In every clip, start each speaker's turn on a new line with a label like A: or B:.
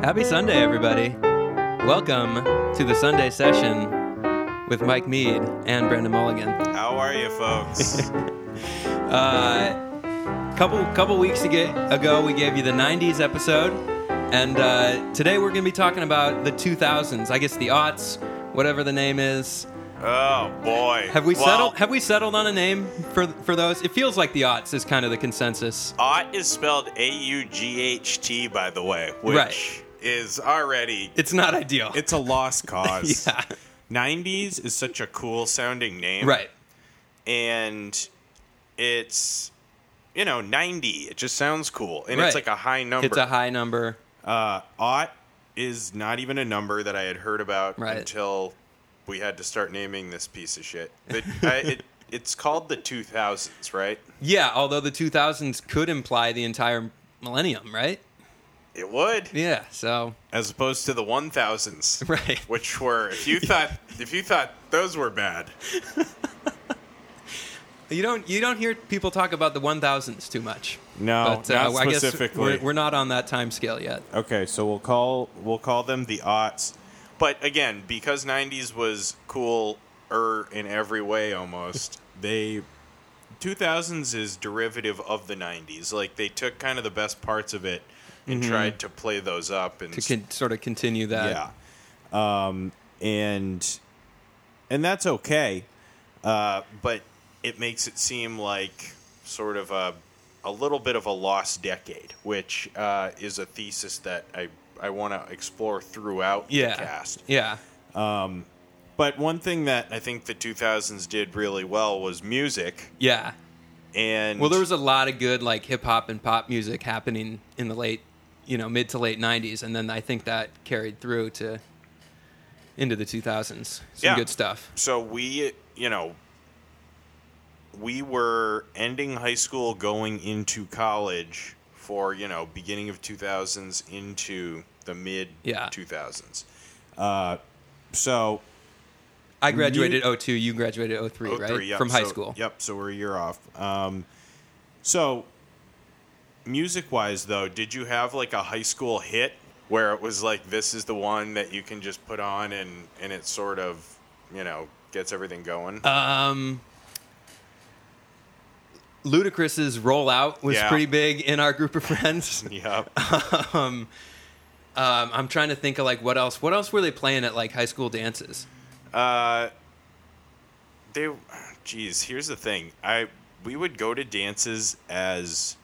A: Happy Sunday, everybody. Welcome to the Sunday session with Mike Mead and Brendan Mulligan.
B: How are you, folks?
A: Uh, couple couple weeks aga- ago, we gave you the '90s episode, and uh, today we're going to be talking about the 2000s. I guess the aughts, whatever the name is.
B: oh boy.
A: Have we
B: Well,
A: settled? Have we settled on a name for for those? It feels like the aughts is kind of the consensus.
B: Ought is spelled A U G H T, by the way, which
A: Right.
B: is already
A: It's not ideal.
B: it's a lost cause.
A: yeah,
B: 90s is such a cool sounding name,
A: right.
B: And it's you know 90. It just sounds cool, and
A: Right.
B: it's like a high number.
A: It's a high number.
B: uh, ought is not even a number that I had heard about
A: Right.
B: until we had to start naming this piece of shit. But I, it, it's called the 2000s, right?
A: Yeah, although the 2000s could imply the entire millennium, right?
B: It would.
A: Yeah, so
B: as opposed to the one thousands,
A: Right.
B: Which were if you thought if you thought those were bad,
A: you don't you don't hear people talk about the 1000s too much.
B: No, not
A: uh, I guess
B: specifically.
A: we're, we're not on that time scale yet.
B: okay. So we'll call we'll call them the aughts, but again because nineties was cool er in every way almost they. 2000s is derivative of the 90s. Like they took kind of the best parts of it and tried to play those up and
A: Mm-hmm. To con- sort of continue that.
B: yeah um and and that's okay uh but it makes it seem like sort of a a little bit of a lost decade which uh is a thesis that i i want to explore throughout
A: Yeah.
B: the cast
A: Yeah.
B: but one thing that i think the 2000s did really well was music
A: Yeah.
B: and
A: Well, there was a lot of good like hip hop and pop music happening in the late, you know, mid to late 90s and then I think that carried through to into the 2000s. Some
B: Yeah.
A: good stuff.
B: so we you know we were ending high school going into college for you know beginning of 2000s into the mid
A: Yeah.
B: 2000s uh, so
A: I graduated 02, you graduated 03,
B: 03,
A: right?
B: yep,
A: From high
B: so-
A: school.
B: Yep, so we're a year off. Um, so, music wise, though, did you have like a high school hit where it was like, this is the one that you can just put on and, and it sort of, you know, gets everything going?
A: Um, Ludacris's rollout was
B: Yeah.
A: pretty big in our group of friends.
B: yep.
A: Um, I'm trying to think of like what else. What else were they playing at like high school dances?
B: Uh, they, geez, here's the thing. I we would go to dances as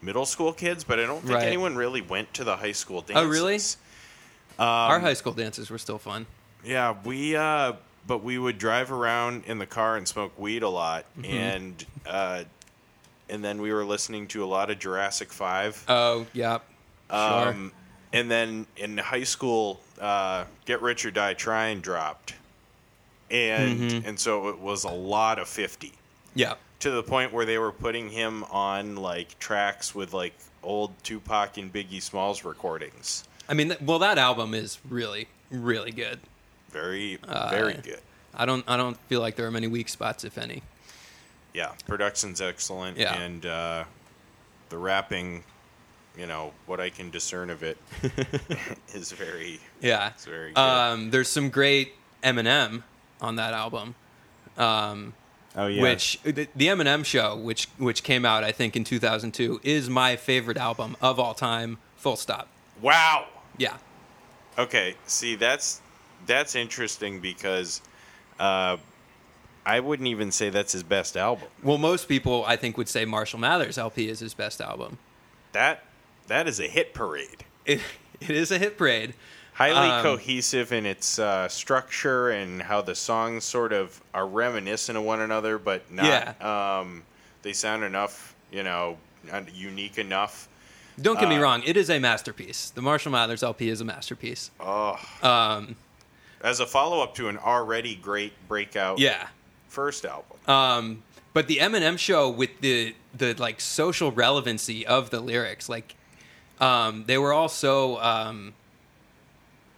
B: middle school kids, but I don't think
A: Right. Oh,
B: anyone really went to the high school dances.
A: really? our
B: Um,
A: high school dances were still fun.
B: Yeah, we. Uh, but we would drive around in the car and smoke weed a lot,
A: Mm-hmm.
B: and uh, and then we were listening to a lot of Jurassic Five.
A: Oh yeah, Oh, sure.
B: Um, and then in high school, uh, Get Rich or Die Trying dropped, and
A: Mm-hmm.
B: and so it was a lot of fifty
A: yeah,
B: to the point where they were putting him on like tracks with like old Tupac and Biggie Smalls recordings.
A: I mean, th- well, that album is really, really good.
B: Very
A: Uh,
B: very good.
A: I don't, I don't feel like there are many weak spots, if any.
B: Yeah, production's excellent,
A: Yeah.
B: and uh, the rapping, you know, what I can discern of it is very
A: Yeah,
B: It's very good.
A: um, there's some great Eminem on that album.
B: oh yeah,
A: which uh, the, the Eminem show, which which came out I think in 2002, is my favorite album of all time. Full stop.
B: wow.
A: Yeah,
B: Okay, see that's that's interesting because uh, I wouldn't even say that's his best album.
A: well, most people I think would say Marshall Mathers LP is his best album.
B: That that is a hit parade.
A: It, it is a hit parade.
B: Highly
A: Um,
B: cohesive in its uh, structure and how the songs sort of are reminiscent of one another, but not. Um, they sound enough, you know, not unique enough.
A: Don't get me
B: Uh,
A: wrong, it is a masterpiece. The Marshall Mathers LP is a masterpiece.
B: As a follow up to an already great breakout
A: Yeah.
B: first album.
A: Um, but the Eminem show with the the like social relevancy of the lyrics, like um, they were all so um,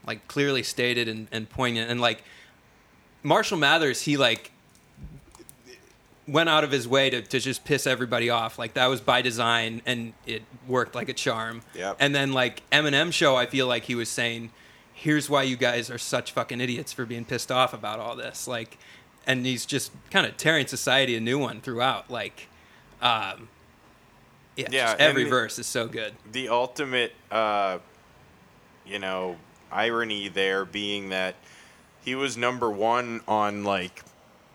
A: like clearly stated and, and poignant, and like Marshall Mathers, he like went out of his way to, to just piss everybody off. Like that was by design, and it worked like a charm.
B: Yep.
A: And then like Eminem show, I feel like he was saying, "Here's why you guys are such fucking idiots for being pissed off about all this." Like, and he's just kind of tearing society a new one throughout. Like, um, yeah,
B: Yeah,
A: just every
B: and-
A: verse is so good.
B: the ultimate, uh, you know, irony there being that he was number one on like,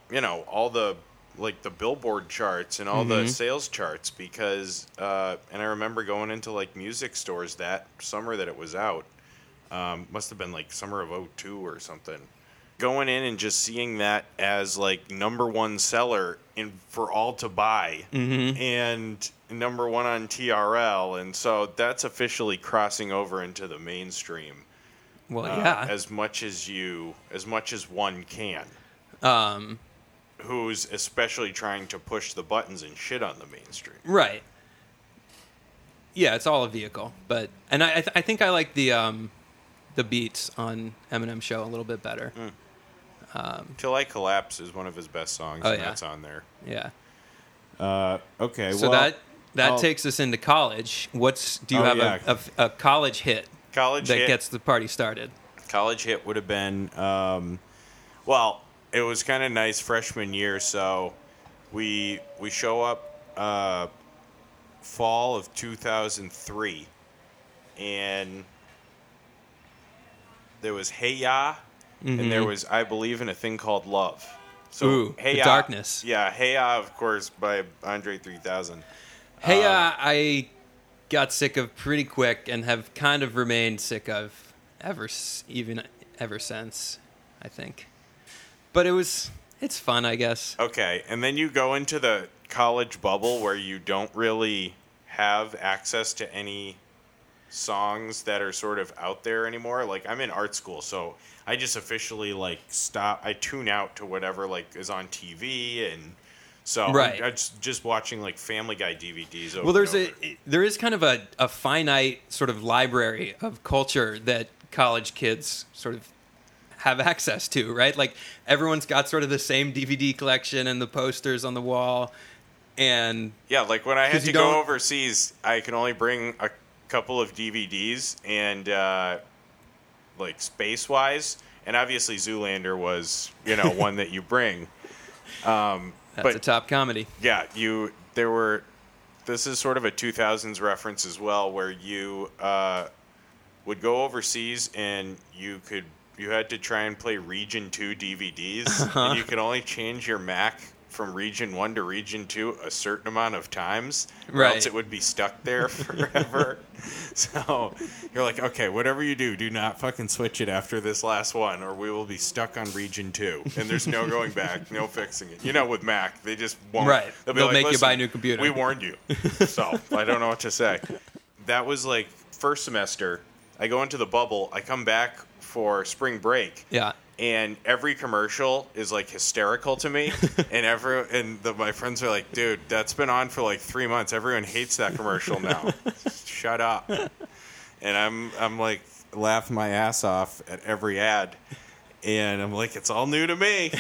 B: you know, all the like the Billboard charts and all the sales charts because, uh, and I remember going into like music stores that summer that it was out. Um, must have been like summer of 02 or something. Going in and just seeing that as like number one seller in for all to buy
A: Mm-hmm.
B: and number one on TRL, and so that's officially crossing over into the mainstream.
A: Well,
B: uh,
A: yeah,
B: As much as you, as much as one can.
A: um,
B: Who's especially trying to push the buttons and shit on the mainstream?
A: right. Yeah, it's all a vehicle, but and I I, th- I think I like the um, the beats on Eminem show a little bit better.
B: Mm. Till I collapse is one of his best songs,
A: Oh,
B: and
A: yeah.
B: that's on there.
A: Yeah.
B: Okay,
A: So that that
B: I'll-
A: takes us into college. What's do you
B: Oh,
A: have
B: yeah.
A: a, a, a college hit
B: college
A: that
B: hit,
A: gets the party started?
B: college hit would have been um, well it was kind of nice freshman year so we we show up uh, fall of 2003 and there was hey ya and there was i believe in a thing called love so
A: Mm-hmm. Ooh,
B: hey
A: The
B: Ya-
A: Darkness.
B: yeah hey ya of course by andre 3000
A: Hey, uh, I got sick of pretty quick and have kind of remained sick of ever s- even ever since, I think. But it was it's fun, I guess.
B: Okay, and then you go into the college bubble where you don't really have access to any songs that are sort of out there anymore. Like I'm in art school, so I just officially like stop. I tune out to whatever like is on TV, and so I'm-
A: Right.
B: I'm just, just watching like Family Guy DVDs. Over
A: Well, there's
B: and
A: a
B: over.
A: there is kind of a, a finite sort of library of culture that college kids sort of have access to, right? Like everyone's got sort of the same DVD collection and the posters on the wall, and
B: Yeah, like when I had
A: 'Cause
B: to
A: you
B: go
A: don't-
B: overseas, I can only bring a couple of DVDs and uh, like space wise, and obviously Zoolander was you know one that you bring.
A: that's
B: But-
A: a top comedy.
B: Yeah, you there were. This is sort of a 2000s reference as well, where you uh, would go overseas and you could you had to try and play Region Two DVDs, and you could only change your Mac from Region One to Region Two a certain amount of times, or
A: Right.
B: else it would be stuck there forever. so you're like, okay, whatever you do, do not fucking switch it after this last one, or we will be stuck on Region Two, and there's no going back, no fixing it. You know, with Mac, they just won't won't-
A: Right. They'll make you buy a new computer."
B: We warned you. So I don't know what to say. That was like first semester. I go into the bubble. I come back for spring break.
A: Yeah.
B: And every commercial is like hysterical to me, and every and the, my friends are like, "Dude, that's been on for like three months. Everyone hates that commercial now. Shut up." And I'm I'm like laughing my ass off at every ad, and I'm like, "It's all new to me."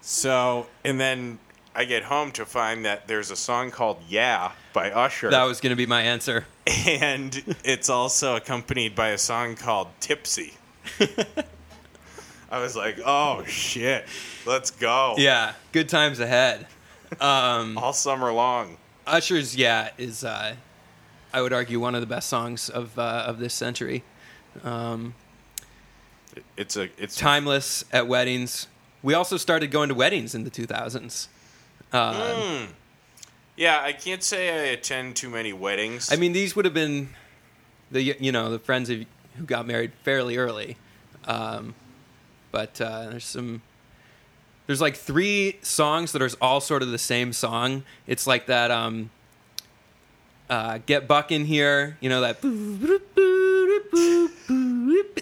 B: So, and then I get home to find that there's a song called Yeah by Usher.
A: That was going to be my answer.
B: and it's also accompanied by a song called Tipsy. I was like, oh shit, let's go.
A: Yeah, good times ahead.
B: All summer long.
A: Usher's "Yeah" is, uh, I would argue, one of the best songs of uh, of this century.
B: It's a, it's,
A: timeless at weddings. We also started going to weddings in the 2000s.
B: yeah, I can't say I attend too many weddings.
A: I mean, these would have been the you know the friends of, who got married fairly early, um, but uh, there's some there's like three songs that are all sort of the same song. It's like that um, uh, "Get Buck in Here," you know that,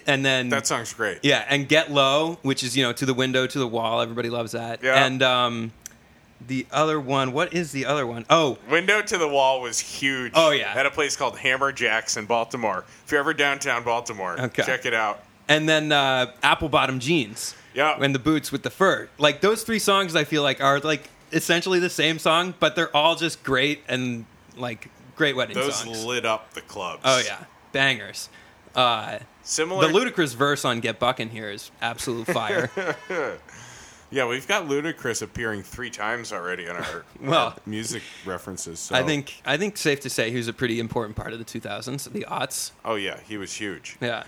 A: and then
B: that song's great.
A: Yeah, and Get Low, which is, you know, to the window, to the wall. Everybody loves that.
B: Yeah.
A: And um, the other one, what is the other one? Oh,
B: Window to the Wall was huge.
A: Oh, yeah.
B: At a place called Hammer Jacks in Baltimore. If you're ever downtown Baltimore,
A: Okay.
B: check it out.
A: and then uh, Apple Bottom Jeans.
B: Yeah.
A: And the boots with the fur. Like, those three songs I feel like are like essentially the same song, but they're all just great and like great wedding
B: Those
A: songs.
B: lit up the clubs.
A: oh yeah, bangers. Uh,
B: Similar
A: the ludicrous verse on "Get Buckin' Here" is absolute fire.
B: Yeah, we've got Ludacris appearing three times already on our,
A: Well,
B: our music references. So.
A: I think I think safe to say he was a pretty important part of the 2000s, the aughts.
B: Oh yeah, he was huge.
A: Yeah,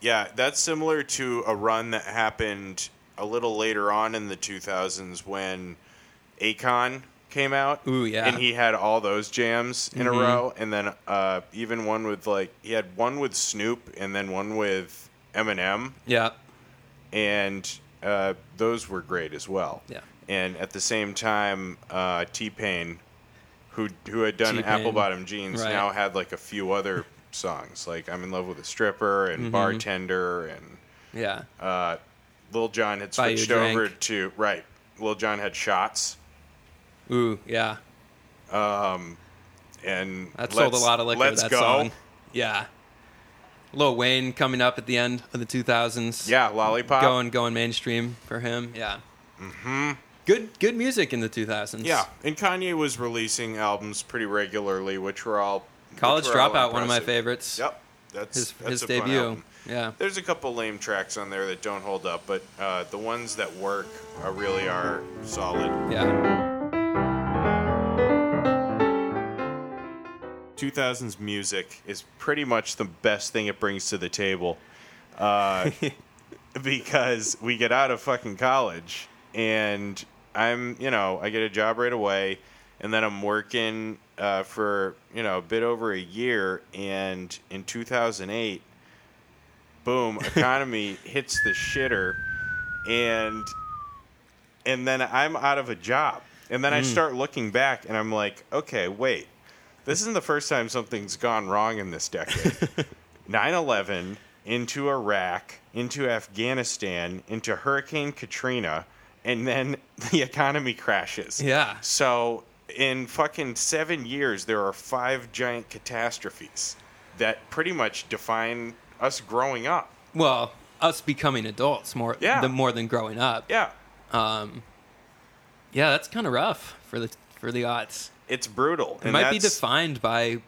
B: Yeah, that's similar to a run that happened a little later on in the 2000s when Akon came out.
A: Ooh, yeah. Mm-hmm.
B: And he had all those jams in a row, and then uh, even one with like he had one with Snoop, and then one with Eminem,
A: yeah,
B: and uh, those were great as well.
A: Yeah.
B: And at the same time, uh, T Pain, who who had done
A: T-Pain,
B: Apple Bottom Jeans,
A: right.
B: now had like a few other songs like I'm in love with a stripper and
A: Mm-hmm.
B: bartender and
A: yeah.
B: uh, Lil John had
A: Buy You a
B: switched
A: Drink.
B: over to right. Lil John had shots,
A: Ooh, yeah.
B: and
A: That sold a
B: Let's-
A: lot of liquor.
B: Let's
A: that
B: go.
A: song. Yeah. Lil Wayne coming up at the end of the 2000s.
B: Yeah, lollipop.
A: Going going mainstream for him. Yeah. Mm-hmm. Good good music in the 2000s.
B: Yeah, and Kanye was releasing albums pretty regularly, which were all which
A: College
B: were all
A: Dropout, one of my
B: impressive.
A: favorites.
B: Yep, that's
A: His
B: that's
A: his
B: a fun
A: debut.
B: album.
A: Yeah.
B: There's a couple lame tracks on there that don't hold up, but uh, the ones that work are really are solid.
A: Yeah.
B: 2000s music is pretty much the best thing it brings to the table, uh, because we get out of fucking college and I'm you know I get a job right away, and then I'm working uh, for you know a bit over a year, and in 2008. boom, economy hits the shitter, and and then I'm out of a job. And
A: Mm.
B: then I start looking back, and I'm like, okay, wait, this isn't the first time something's gone wrong in this decade. 9/11 into Iraq, into Afghanistan, into Hurricane Katrina, and then the economy crashes.
A: Yeah.
B: So in fucking seven years, there are five giant catastrophes that pretty much define us growing up.
A: Well, us becoming adults more
B: Yeah.
A: the more than growing up.
B: Yeah,
A: Yeah, that's kind of rough for the for the odds.
B: it's brutal.
A: It might be defined by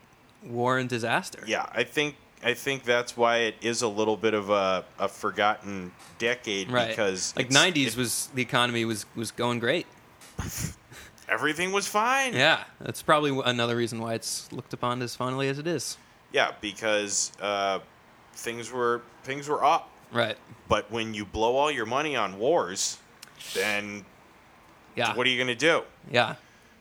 A: war and disaster.
B: Yeah, I think I think that's why it is a little bit of a, a forgotten decade
A: Right.
B: because
A: like
B: it's-
A: 90s
B: it-
A: was the economy was was going great.
B: everything was fine.
A: Yeah, that's probably wh- another reason why it's looked upon as fondly as it is.
B: Yeah, because uh, things were things were up.
A: Right.
B: But when you blow all your money on wars, then
A: Yeah.
B: what are you going to do?
A: yeah.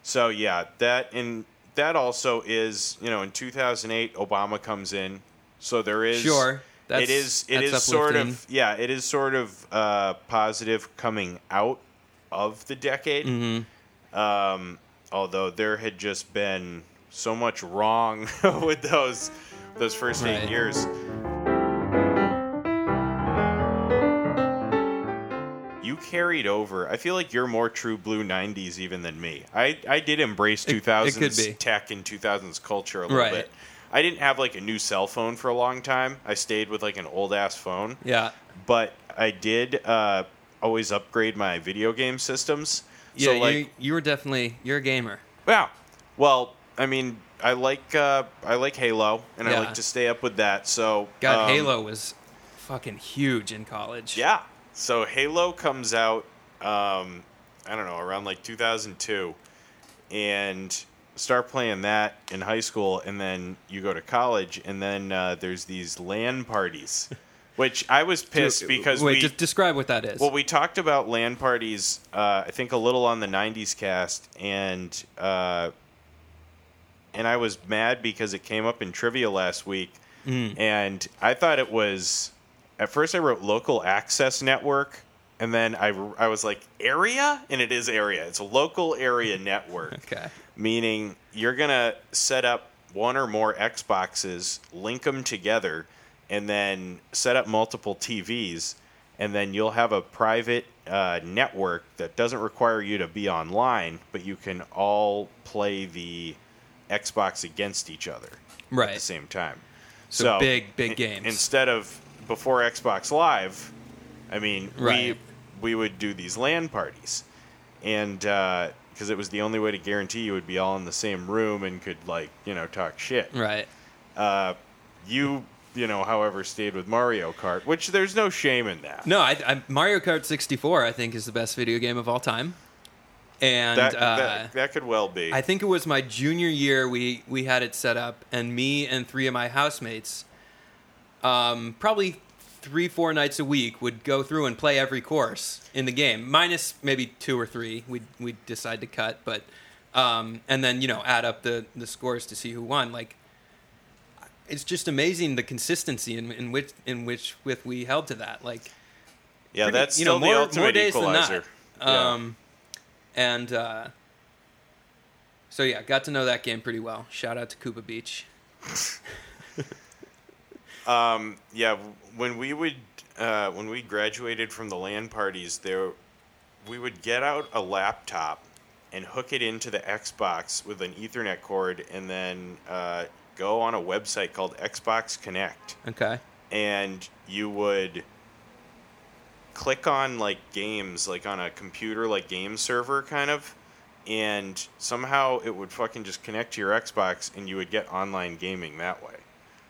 B: So yeah, that and that also is you know in 2008 Obama comes in, so there is
A: Sure, that's-
B: it is it
A: that's
B: is sort of
A: uplifting.
B: yeah it is sort of uh, positive coming out of the decade.
A: Mm-hmm.
B: Um, although there had just been so much wrong with those those first eight
A: Right.
B: years. You carried over. I feel like you're more true blue '90s even than me. I, I did embrace
A: It- it could
B: 2000s
A: be.
B: tech and 2000s culture a little
A: Right.
B: bit. I didn't have like a new cell phone for a long time. I stayed with like an old ass phone
A: Yeah.
B: but I did uh, always upgrade my video game systems.
A: Yeah,
B: so like,
A: you, you were definitely you're a gamer.
B: wow. Well, I mean, I like uh, I like Halo, and I
A: Yeah.
B: like to stay up with that. So
A: God,
B: um,
A: Halo was fucking huge in college.
B: Yeah. So Halo comes out, um, I don't know, around like 2002, and start playing that in high school, and then you go to college, and then uh, there's these LAN parties, which I was pissed because
A: wait,
B: we
A: just describe what that is.
B: Well, we talked about land parties, uh, I think a little on the '90s cast, and uh, and I was mad because it came up in trivia last week, and I thought it was. At first, I wrote local access network, and then I I was like area, and it is area. It's a local area network
A: okay.
B: meaning you're going to set up one or more Xboxes, link them together, and then set up multiple TVs, and then you'll have a private uh, network that doesn't require you to be online, but you can all play the Xbox against each other at the
A: Right.
B: same time.
A: So big, big
B: in-
A: games.
B: Instead of before Xbox Live, I mean,
A: Right.
B: we we would do these LAN parties, and because it was the only way to guarantee you would be all in the same room and could like you know talk shit.
A: Right.
B: Uh, you you know, however, stayed with Mario Kart, which there's no shame in that.
A: No, I, I, Mario Kart 64, I think, is the best video game of all time. And
B: that,
A: uh,
B: that, that could well be.
A: I think it was my junior year we, we had it set up, and me and three of my housemates, um, probably three, four nights a week, would go through and play every course in the game, minus maybe two or three. We'd, we'd decide to cut, but. Um, and then, you know, add up the, the scores to see who won. Like, it's just amazing the consistency in, in which in which with we held to that. Like
B: yeah,
A: pretty-
B: that's
A: you know
B: still
A: more
B: the
A: more
B: ultimate
A: days
B: equalizer.
A: than not. Um, and uh, so yeah, got to know that game pretty well. Shout out to Cuba Beach.
B: yeah. Um, yeah, when we would uh, when we graduated from the land parties, there we would get out a laptop and hook it into the Xbox with an Ethernet cord, and then uh, go on a website called Xbox Connect.
A: Okay.
B: and you would click on like games like on a computer like game server kind of and somehow it would fucking just connect to your Xbox and you would get online gaming that way.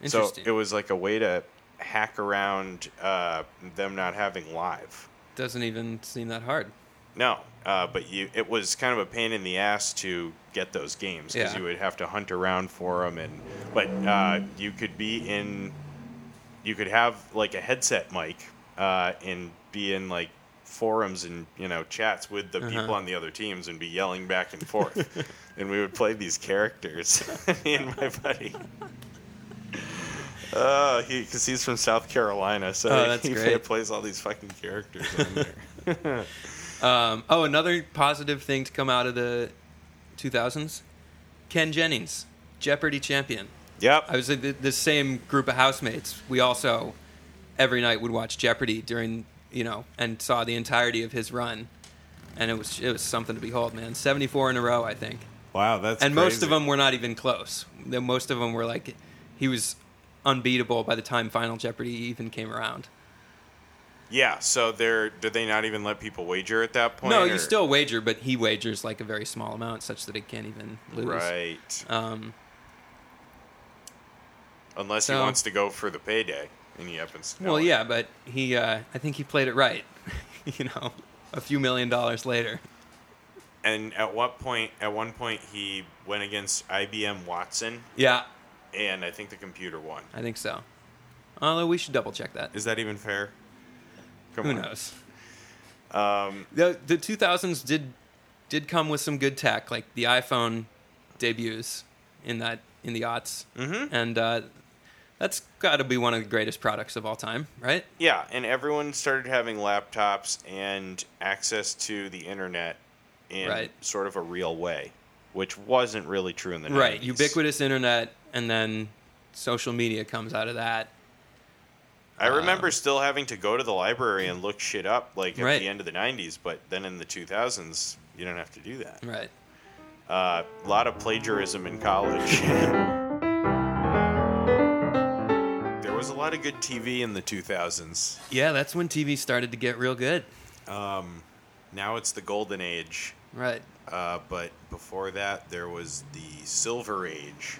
B: So
A: Interesting.
B: it was like a way to hack around uh, them not having live.
A: Doesn't even seem that hard.
B: No, uh, but you it was kind of a pain in the ass to get those games because
A: Yeah.
B: you would have to hunt around for them and but uh, you could be in you could have like a headset mic uh, and be in like forums and you know chats with
A: Uh-huh.
B: the people on the other teams and be yelling back and forth and we would play these characters me and my buddy uh, he because he's from south carolina so
A: Oh, that's
B: he
A: great.
B: plays all these fucking characters on there
A: Um, oh, another positive thing to come out of the 2000s: Ken Jennings, Jeopardy champion.
B: yep
A: I was like the, the same group of housemates. We also every night would watch Jeopardy during you know and saw the entirety of his run, and it was it was something to behold, man. Seventy four in a row, I think,
C: Wow, that's
A: and most of
C: crazy.
A: them were not even close. The- Most of them were like he was unbeatable by the time Final Jeopardy even came around.
B: Yeah, so they're do they not even let people wager at that point?
A: No,
B: or-
A: you still wager, but he wagers like a very small amount, such that he can't even lose.
B: right.
A: Um,
B: Unless he
A: so-
B: wants to go for the payday, and he happens to. Know
A: well,
B: it.
A: yeah, but he, uh, I think he played it right. you know, a few million dollars later.
B: And at what point? At one point, he went against IBM Watson,
A: Yeah,
B: and I think the computer won.
A: I think so. Although we should double check that.
B: Is that even fair? Come
A: Who
B: on.
A: knows?
B: Um,
A: The the 2000s did did come with some good tech, like the iPhone debuts in that in the aughts, mm-hmm. and uh, that's got to be one of the greatest products of all time, right?
B: yeah, and everyone started having laptops and access to the internet in
A: Right.
B: sort of a real way, which wasn't really true in the
A: Right,
B: 90s.
A: ubiquitous internet, and then social media comes out of that.
B: I
A: Um,
B: remember still having to go to the library and look shit up like at
A: Right.
B: the end of the 90s, but then in the 2000s, you don't have to do that.
A: Right.
B: A lot of plagiarism in college. there was a lot of good TV in the 2000s.
A: Yeah, that's when TV started to get real good.
B: Now it's the golden age,
A: Right.
B: uh, but before that, there was the silver age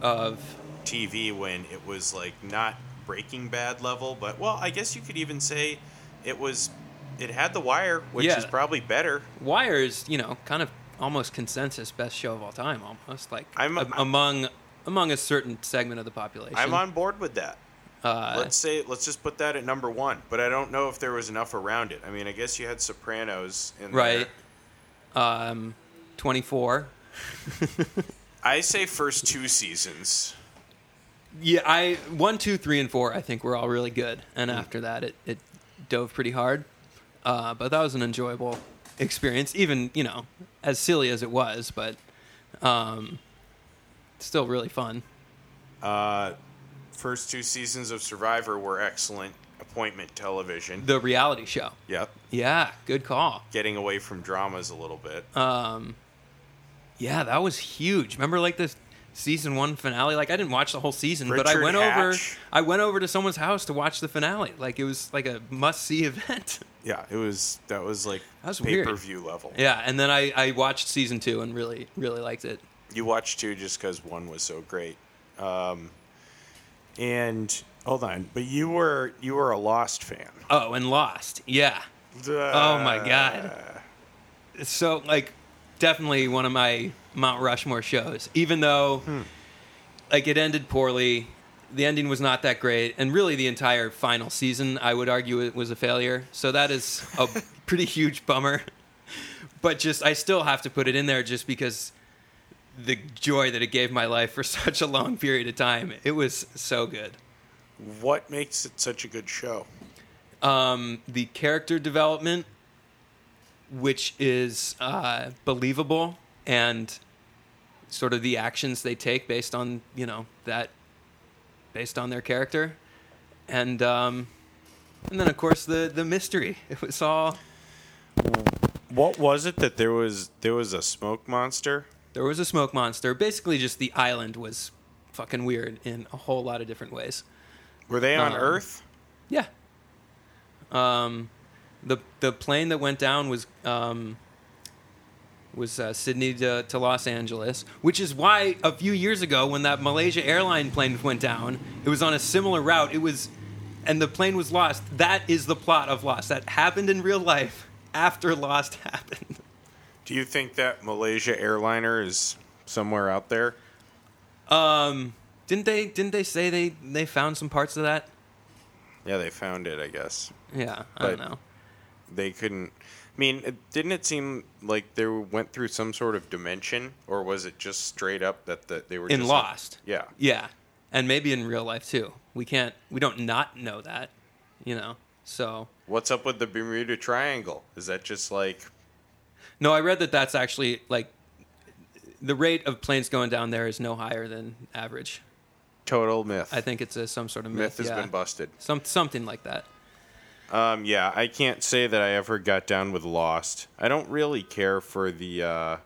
A: Of
B: TV when it was like not Breaking Bad level, but well, I guess you could even say it was. It had The Wire, which
A: Yeah.
B: is probably better.
A: Wire's, you know, kind of almost consensus best show of all time, almost like
B: I'm-
A: a- among among a certain segment of the population.
B: I'm on board with that.
A: Uh,
B: let's say let's just put that at number one. But I don't know if there was enough around it. I mean, I guess you had Sopranos in
A: right.
B: there.
A: Um, 24.
B: I say first two seasons.
A: Yeah, I one, two, three, and four. I think were all really good, and after that, it it dove pretty hard. Uh, but that was an enjoyable experience, even you know, as silly as it was, but um, still really fun.
B: First two seasons of Survivor were excellent. Appointment television.
A: The reality show.
B: yep.
A: Yeah, good call.
B: Getting
A: Uh,
B: away from dramas a little bit.
A: Yeah, that was huge. Remember, like this, season one finale. Like I didn't watch the whole season, but I
B: Richard
A: went
B: Hatch.
A: over. I went over to someone's house to watch the finale. Like it was like a must see event.
B: Yeah, it was that was like
A: That was
B: pay
A: weird.
B: per view level.
A: yeah, and then I, I watched season two and really really liked it.
B: You watched two just because one was so great. Um, and hold on, but you were you were a Lost fan.
A: Oh, and Lost. Yeah. Oh
B: Uh,
A: my god. So like definitely one of my Mount Rushmore shows. Even though like it ended poorly, the ending was not that great, and really the entire final season I would argue it was a failure. So that is a pretty huge bummer. But just I still have to put it in there just because the joy that it gave my life for such a long period of time. It was so good.
B: What makes it such a good show?
A: um, the character development, which is uh, believable, and sort of the actions they take based on you know that, based on their character, and um, and then of course the the mystery. It was all
B: What was it that there was there was a smoke monster?
A: there was a smoke monster. Basically, just the island was fucking weird in a whole lot of different ways.
B: Were they on
A: Um,
B: Earth?
A: Yeah. Um, the the plane that went down was um, was uh, Sydney to, to Los Angeles, which is why a few years ago when that Malaysia airline plane went down, it was on a similar route. It was, and the plane was lost. That is the plot of Lost. That happened in real life after Lost happened.
B: Do you think that Malaysia airliner is somewhere out there?
A: Um, didn't they didn't they say they they found some parts of that?
B: Yeah, they found it, I guess.
A: Yeah, I don't
B: But-
A: know.
B: They couldn't. I mean, it- didn't it seem like they went through some sort of dimension, or was it just straight up that the, they were
A: in
B: just like-
A: Lost.
B: yeah.
A: Yeah. And maybe in real life too. We can't we don't not know that, you know. So
B: What's up with the Bermuda Triangle? Is that just like
A: no, I read that that's actually like the rate of planes going down there is no higher than average.
B: total myth?
A: I think it's a, some sort of
B: myth
A: myth.
B: has
A: yeah.
B: been busted.
A: Some something like that.
B: Um, yeah, I can't say that I ever got down with Lost. I don't really care for the uh,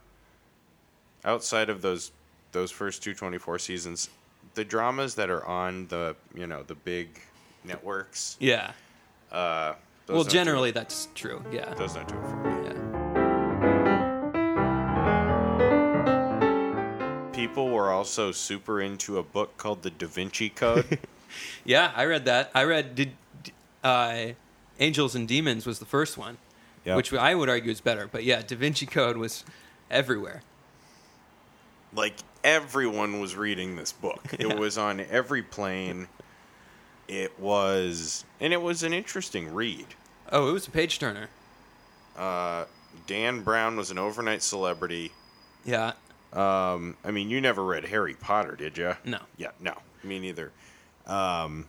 B: outside of those those first two 24 seasons, the dramas that are on the you know the big networks.
A: Yeah.
B: Uh, those
A: well,
B: don't do it-
A: generally that's true. Yeah.
B: those don't do it for me.
A: yeah.
B: People were also super into a book called The Da Vinci Code.
A: Yeah, I read that. I read did uh, Angels and Demons was the first one,
B: Yeah.
A: which I would argue is better. But yeah, Da Vinci Code was everywhere.
B: like everyone was reading this book. It was on every plane. It was, and it was an interesting read.
A: Oh, it was a page turner.
B: Uh, Dan Brown was an overnight celebrity.
A: Yeah.
B: Um, I mean, you never read Harry Potter, did you?
A: No.
B: Yeah, no, me neither. Um,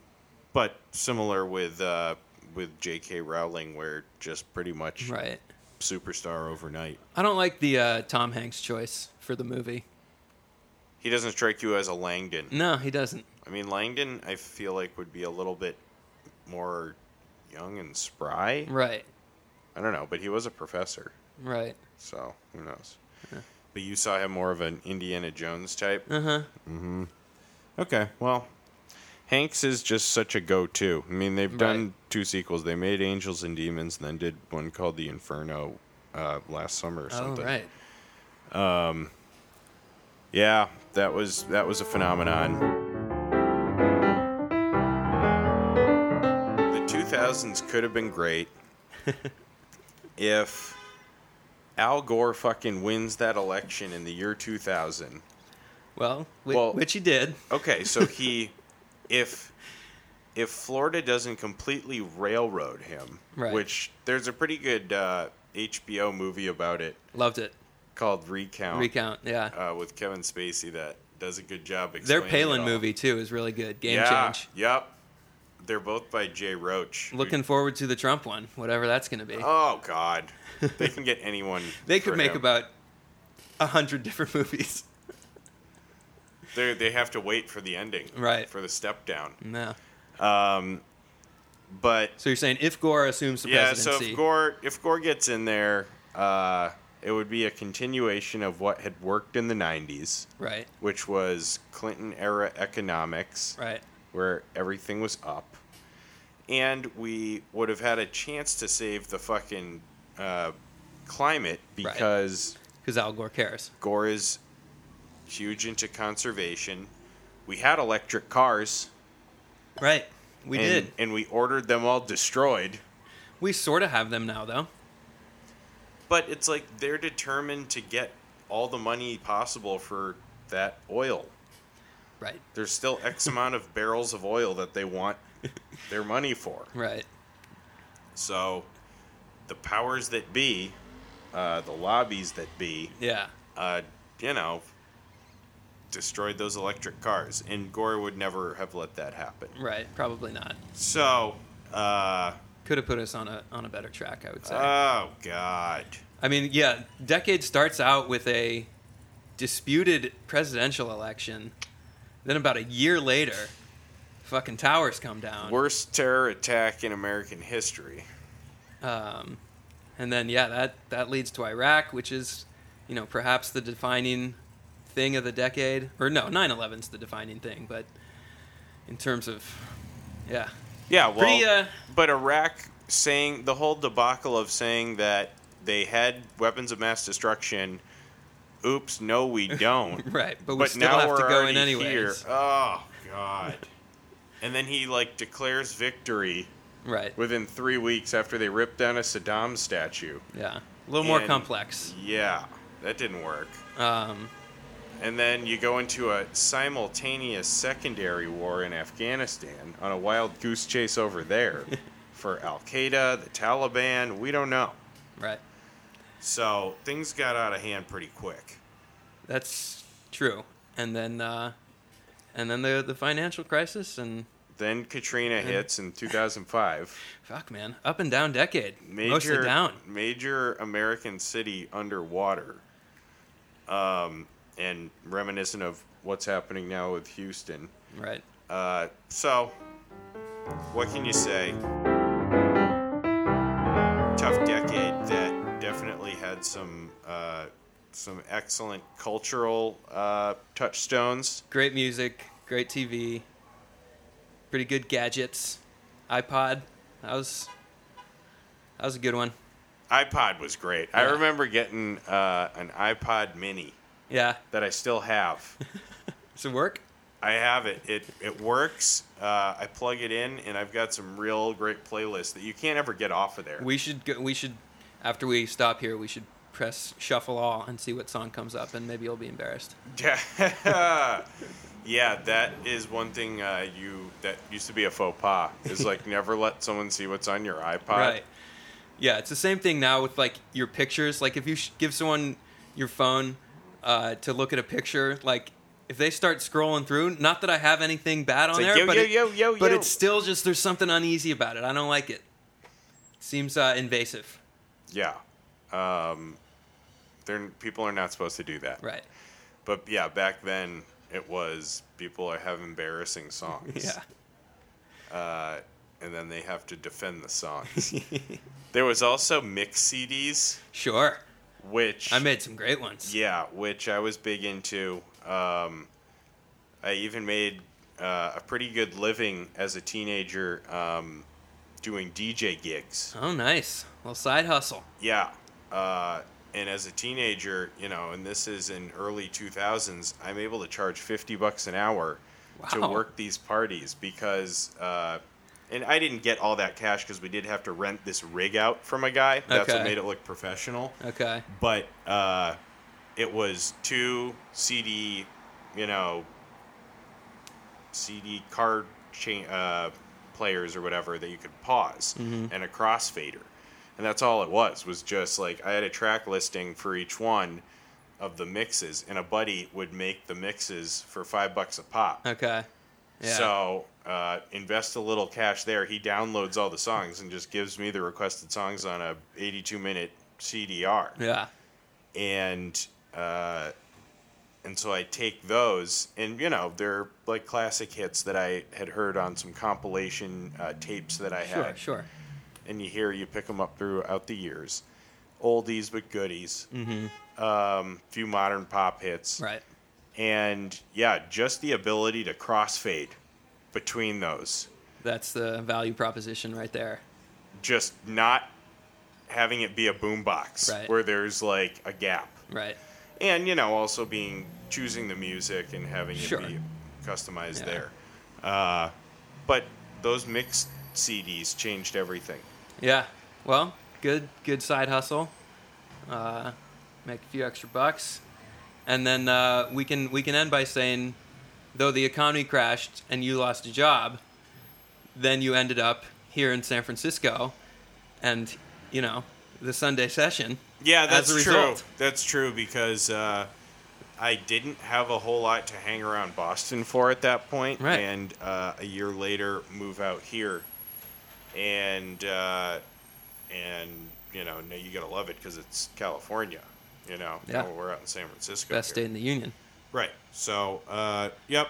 B: but similar with uh, with J.K. Rowling, where just pretty much
A: Right.
B: superstar overnight.
A: I don't like the uh, Tom Hanks choice for the movie.
B: He doesn't strike you as a Langdon.
A: No, he doesn't.
B: I mean, Langdon, I feel like would be a little bit more young and spry.
A: Right.
B: I don't know, but he was a professor,
A: Right.
B: so who knows? But you saw him more of an Indiana Jones type. Mm-hmm.
A: Uh huh.
B: Okay, well, Hanks is just such a go-to. I mean, they've done two sequels. They made Angels and Demons, and then did one called The Inferno uh, last summer or
A: Oh,
B: something.
A: right.
B: Yeah, that was that was a phenomenon. The 2000s could have been great if Al Gore fucking wins that election in the year 2000.
A: Well, whi-
B: Well-
A: which he did.
B: Okay, so he if if Florida doesn't completely railroad him,
A: Right.
B: which there's a pretty good uh, HBO movie about it
A: Loved it.
B: called Recount,
A: Recount. Yeah.
B: Uh, with Kevin Spacey that does a good job
A: Their
B: explaining it
A: Palin
B: all.
A: movie too is really good. Game
B: yeah,
A: change.
B: Yep. They're both by Jay Roach. who-
A: Looking forward to the Trump one, whatever that's going to be.
B: Oh God. They can get anyone.
A: they could
B: for
A: make
B: him.
A: about a hundred different movies.
B: They they have to wait for the ending.
A: Right.
B: For the step down.
A: No.
B: Um, but
A: So you're saying if Gore assumes the
B: yeah, so
A: presidency,
B: if Gore if Gore gets in there, uh, It would be a continuation of what had worked in the 90s,
A: Right.
B: which was Clinton era economics,
A: Right.
B: where everything was up. And we would have had a chance to save the fucking uh, climate because
A: Because Al Gore cares.
B: Gore is huge into conservation. We had electric cars.
A: Right. We
B: and,
A: did.
B: And we ordered them all destroyed.
A: We sort of have them now, though.
B: But it's like they're determined to get all the money possible for that oil.
A: Right.
B: There's still X amount of barrels of oil that they want their money for.
A: Right.
B: So the powers that be, uh, the lobbies that be,
A: Yeah.
B: uh, you know, destroyed those electric cars. And Gore would never have let that happen.
A: Right. Probably not.
B: So, uh,
A: Could have put us on a on a better track, I would say.
B: oh, God.
A: I mean, yeah, decade starts out with a disputed presidential election. Then about a year later, fucking towers come down.
B: Worst terror attack in American history.
A: Um, and then yeah, that that leads to Iraq, which is, you know, perhaps the defining thing of the decade. Or no, 9/11's the defining thing, but in terms of yeah,
B: Yeah, well,
A: Pretty, uh,
B: but Iraq saying the whole debacle of saying that they had weapons of mass destruction. Oops, no, we don't.
A: right. But we
B: but
A: still
B: now
A: have
B: we're
A: to go in
B: already
A: anyways.
B: here. Oh God! and then he like declares victory
A: Right.
B: within three weeks after they ripped down a Saddam statue.
A: Yeah. A little more
B: And-
A: complex.
B: Yeah, that didn't work.
A: Um,
B: And then you go into a simultaneous secondary war in Afghanistan on a wild goose chase over there for Al Qaeda, the Taliban, we don't know.
A: right.
B: So things got out of hand pretty quick.
A: That's true. And then uh, and then the the financial crisis and
B: Then Katrina
A: Mm-hmm.
B: hits in 2005.
A: fuck man, up and down decade.
B: Major,
A: Mostly down.
B: Major American city underwater. Um, and reminiscent of what's happening now with Houston.
A: Right.
B: Uh, so, what can you say? Tough decade that definitely had some uh, some excellent cultural uh, touchstones.
A: Great music, great TV, pretty good gadgets. iPod. That was that was a good one.
B: iPod was great. I
A: Yeah.
B: remember getting uh, an iPod Mini
A: Yeah.
B: that I still have.
A: Does it work?
B: I have it. It it works. Uh, I plug it in, and I've got some real great playlists that you can't ever get off of there.
A: We should go, we should after we stop here we should press shuffle all and see what song comes up and maybe you'll be embarrassed.
B: yeah, that is one thing uh, you that used to be a faux pas. Is like never let someone see what's on your iPod.
A: Right. Yeah, it's the same thing now with like your pictures. Like if you sh- give someone your phone uh, to look at a picture, like if they start scrolling through, not that I have anything bad on
B: like,
A: there,
B: yo,
A: but
B: yo,
A: it-
B: yo, yo,
A: but
B: yo.
A: it's still just there's something uneasy about it. I don't like it. Seems uh, invasive.
B: Yeah. Um, they're, people are not supposed to do that.
A: Right.
B: But yeah, back then it was people have embarrassing songs.
A: Yeah.
B: Uh, and then they have to defend the songs. there was also mix CDs,
A: Sure.
B: which
A: I made some great ones.
B: Yeah, which I was big into. Um, I even made uh, a pretty good living as a teenager um, doing DJ gigs.
A: Oh, nice. Well, side hustle.
B: Yeah. Uh, and as a teenager, you know, and this is in early 2000s, I'm able to charge 50 bucks an hour to
A: Wow.
B: work these parties because, uh, and I didn't get all that cash because we did have to rent this rig out from a guy. That's what
A: Okay.
B: made it look professional
A: Okay.
B: but uh, it was two CD, you know, CD card cha- uh, players or whatever that you could pause and a crossfader. And that's all it was, was just like I had a track listing for each one of the mixes, and a buddy would make the mixes for five bucks a pop.
A: Okay. Uh, Yeah.
B: So uh, invest a little cash there. He downloads all the songs and just gives me the requested songs on a 82 minute CDR
A: yeah.
B: and uh, and so I take those, and you know they're like classic hits that I had heard on some compilation uh, tapes that I
A: Sure.
B: had,
A: Sure.
B: and you hear you pick them up throughout the years, oldies but goodies. Mm-hmm. Um, few modern pop hits.
A: Right.
B: And yeah, just the ability to crossfade between those.
A: That's the value proposition right there.
B: Just not having it be a boombox
A: Right.
B: where there's like a gap.
A: Right.
B: And, you know, also being choosing the music and having
A: Sure.
B: it be customized
A: Yeah.
B: there. Uh, but those mixed CDs changed everything.
A: Yeah. Well, good good side hustle. Uh, make a few extra bucks, and then uh, we can we can end by saying, though the economy crashed and you lost a job, then you ended up here in San Francisco, and you know the Sunday session.
B: Yeah,
A: as
B: that's
A: a
B: true.
A: result.
B: That's true because uh, I didn't have a whole lot to hang around Boston for at that point,
A: Right.
B: and uh, a year later move out here, and uh, and you know now you gotta love it because it's California. You know,
A: Yeah.
B: Now we're out in San Francisco.
A: Best
B: here.
A: day in the union.
B: right? So, uh, yep,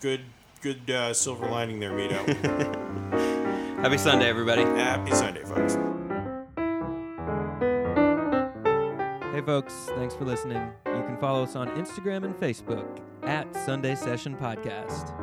B: good good uh, silver lining there, Mito.
A: Happy Sunday, everybody.
B: Happy Sunday, folks.
A: Hey, folks, thanks for listening. You can follow us on Instagram and Facebook at Sunday Session Podcast.